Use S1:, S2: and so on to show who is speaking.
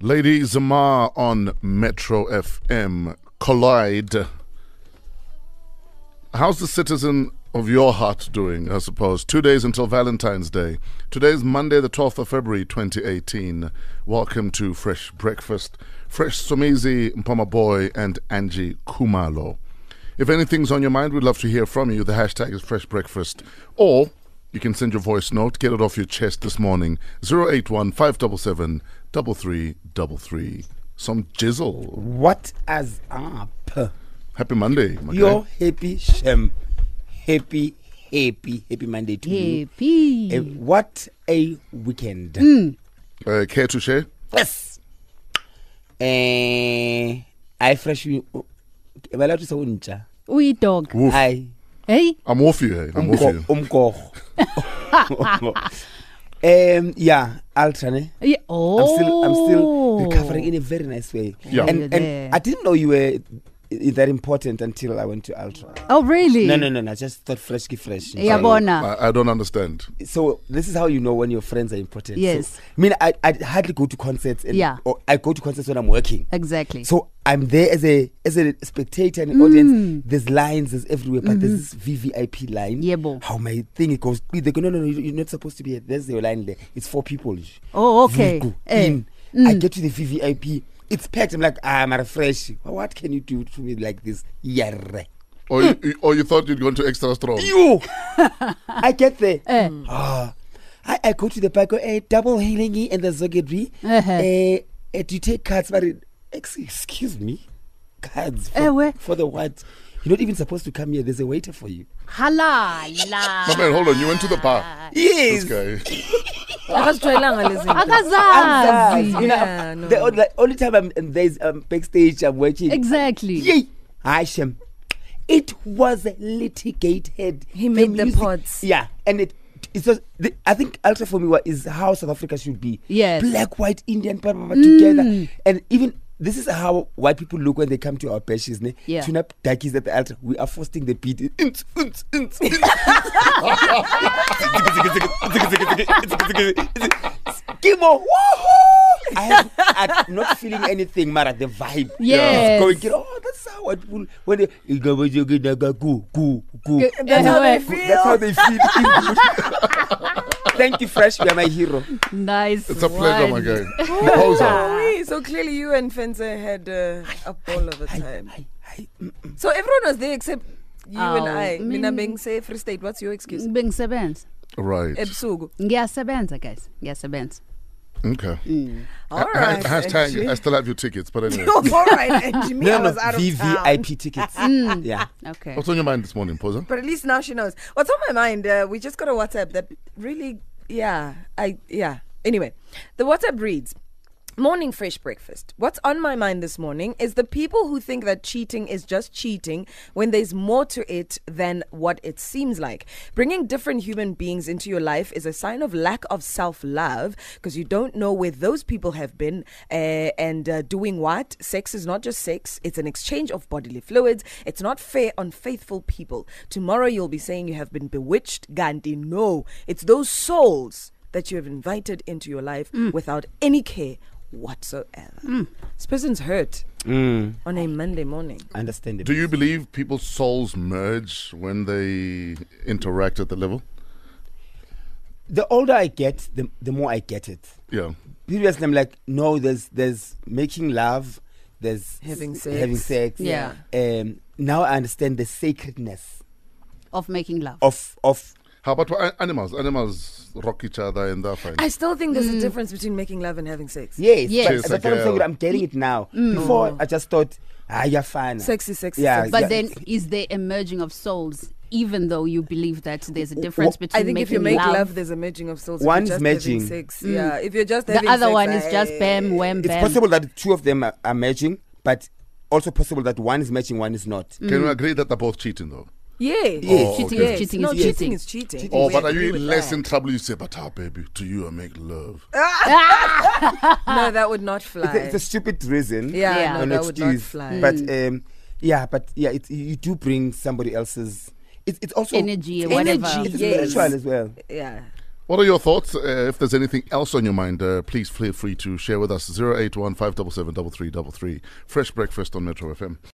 S1: Lady Zamar on Metro FM. Collide. How's the citizen of your heart doing, I suppose? Two days until Valentine's Day. Today's Monday, the 12th of February, 2018. Welcome to Fresh Breakfast. Fresh Somizi Mpoma Boy and Angie Kumalo. If anything's on your mind, we'd love to hear from you. The hashtag is Fresh Breakfast. Or you can send your voice note, get it off your chest this morning. 081 577 3333. Some jizzle.
S2: What as up?
S1: Happy Monday. my
S2: Your
S1: guy.
S2: happy Shem. Happy, happy, happy Monday to you.
S3: Happy.
S2: Eh, what a weekend.
S1: Uh, care to share?
S2: Yes. Eh, I fresh e you. Am I allowed to say unja?
S3: We dog.
S1: Woof.
S2: I.
S3: Hey,
S1: I'm with you. Hey. I'm with you.
S2: Umko. Um, yeah, Ultra. Ne?
S3: yeah.
S2: I'm
S3: oh,
S2: still, I'm still recovering in a very nice way.
S1: Yeah.
S3: You're
S2: And,
S3: there.
S2: and I didn't know you were i- that important until I went to Ultra.
S3: Oh, really?
S2: No, no, no, no. I just thought fresh, keep fresh.
S3: Yeah, bona.
S1: I, I don't understand.
S2: So this is how you know when your friends are important. So,
S3: Yes.
S2: I mean, I, I hardly go to concerts. And,
S3: Yeah.
S2: Or I go to concerts when I'm working.
S3: Exactly.
S2: So I'm there as a as a spectator and
S3: Mm.
S2: audience. There's lines, there's everywhere, but
S3: Mm-hmm.
S2: there's this VVIP line.
S3: Yebo.
S2: How my thing it goes. They go, no, no, no. you- You're not supposed to be here. There's your line there. It's four people.
S3: Oh, okay.
S2: Vuku,
S3: Eh.
S2: In. I get to the VVIP. It's packed. I'm like, ah, I'm refresh. What can you do to me like this? Yeah.
S1: Or you, you- or you thought you'd gone to extra strong.
S2: you. I get there.
S3: Eh.
S2: Ah. I, I go to the park, go, eh, double healing and the zogetry.
S3: Uh-huh.
S2: Eh, eh, do you take cards? But it- ex- excuse me, cards for,
S3: Eh, where-
S2: for the what? You're not even supposed to come here. There's a waiter for you.
S1: My
S3: Halala.
S1: man, hold on. You went to the bar.
S2: Yes.
S1: This guy.
S4: akazijwayelanga lezi zinto.
S3: Akazazi.
S2: You know,
S4: Yeah, no.
S2: the only, like, only time I'm and there's um, backstage, I'm watching.
S3: Exactly.
S2: Yay! Hashem. It was litigated.
S4: He made the
S2: music-
S4: pods.
S2: Yeah, and it. It's just, the, I think ultra for me wa- is how South Africa should be.
S3: Yes.
S2: Black, white, Indian, blah, blah, blah, together. And even this is how white people look when they come to our bashes. Ne?
S3: Yeah.
S2: Tune up duckies at the altar. We are forcing the beat. Unts, unts, unts, unts. Skimo, woohoo! I have, I'm not feeling anything, Mara. The vibe. It's
S3: Yes.
S2: Going, you know, oh, that's how white people, when they, go, go, go.
S3: That's how they
S2: Good. That's how they feel. Thank you, Fresh. You are my hero.
S3: Nice.
S1: It's a pleasure, my
S3: one.
S1: guy. Composer.
S4: Wee, Ah, so clearly you and Fencer had uh, a ball of a time.
S2: Hi, hi. mm,
S4: So everyone was there except you and
S3: Oh,
S4: I. Mina
S3: mm.
S4: being say Free State, what's your excuse?
S1: Mm.
S3: Bengisebenza.
S1: Right.
S4: Ebusuku.
S3: Ngiyasebenza, guys. Ngiyasebenza.
S1: Okay.
S2: mm.
S4: All
S1: Ha-
S4: right.
S1: ha- hashtag, uh, I
S4: Angie.
S1: still have your tickets, but anyway.
S4: All right, Angie. Me, I
S2: No, no,
S4: was out of town. Mm.
S2: VVIP tickets. Yeah.
S3: Okay.
S2: Oh.
S1: What's on your mind this morning, Poser?
S4: But at least now she knows. What's on my mind? Uh, we just got a WhatsApp that really, yeah, I, yeah. Anyway, the WhatsApp reads. Morning fresh breakfast. What's on my mind this morning is the people who think that cheating is just cheating when there's more to it than what it seems like. Bringing different human beings into your life is a sign of lack of self love because you don't know where those people have been uh, and uh, doing what. Sex is not just sex, it's an exchange of bodily fluids. It's not fair on faithful people. Tomorrow you'll be saying you have been bewitched. Gandhi, no. It's those souls that you have invited into your life without any care whatsoever. This person's hurt on a Monday morning.
S2: Understandable.
S1: Mm. Do you believe people's souls merge when they interact at the level?
S2: the older I get, the, the more I get it.
S1: Yeah.
S2: Previously, I'm like, no, there's there's making love, there's
S4: Having
S2: s-
S4: sex.
S2: having sex.
S3: Yeah.
S2: Um, now I understand the sacredness
S3: Of making love.
S2: of of
S1: How about a- animals? Animals rock each other and they're fine.
S4: I still think there's a difference between making love and having sex.
S2: yes.
S3: Yes.
S2: but
S1: Chase
S2: that's what I'm
S1: again.
S2: saying. I'm getting it now.
S4: Mm.
S2: Before I just thought, ah, you're fine.
S4: Sexy, sexy,
S2: Yeah,
S4: sexy.
S3: But
S2: yeah.
S3: then, is there a merging of souls, even though you believe that there's a difference between
S4: I think
S3: making
S4: if you make love,
S3: love,
S4: there's a merging of souls. If
S2: One's
S4: you're just having
S2: merging.
S4: Sex. Yeah. If you're
S3: Mm.
S4: just
S3: the
S4: having
S3: other
S4: sex,
S3: one is just
S4: I-
S3: bam, wham,
S2: It's
S3: bam.
S2: possible that the two of them are, are matching, but also possible that one is matching, one is not.
S1: Can
S4: Mm.
S1: we agree that they're both cheating, though?
S4: Yeah.
S1: Oh, Cheating
S3: is okay. cheating
S4: No,
S3: is
S4: cheating
S3: cheating.
S4: is cheating.
S1: Oh,
S4: We
S1: but are
S4: agree
S1: you
S4: with
S1: less
S4: that.
S1: in trouble? You say, but ah, baby, to you I make love.
S4: No, that would not fly.
S2: It's a, it's a stupid reason.
S4: yeah,
S3: Ah. Yeah.
S4: No,
S2: an
S4: that would not
S2: excuse,
S4: fly. Mm.
S2: But um, yeah, but yeah, it, you do bring somebody else's. It's it's also
S3: energy, or whatever.
S4: Energy,
S2: It's
S4: yes.
S2: spiritual as well.
S4: yeah.
S1: What are your thoughts? Uh, if there's anything else on your mind, uh, please feel free to share with us. 081 577 3333. Fresh breakfast on Metro FM.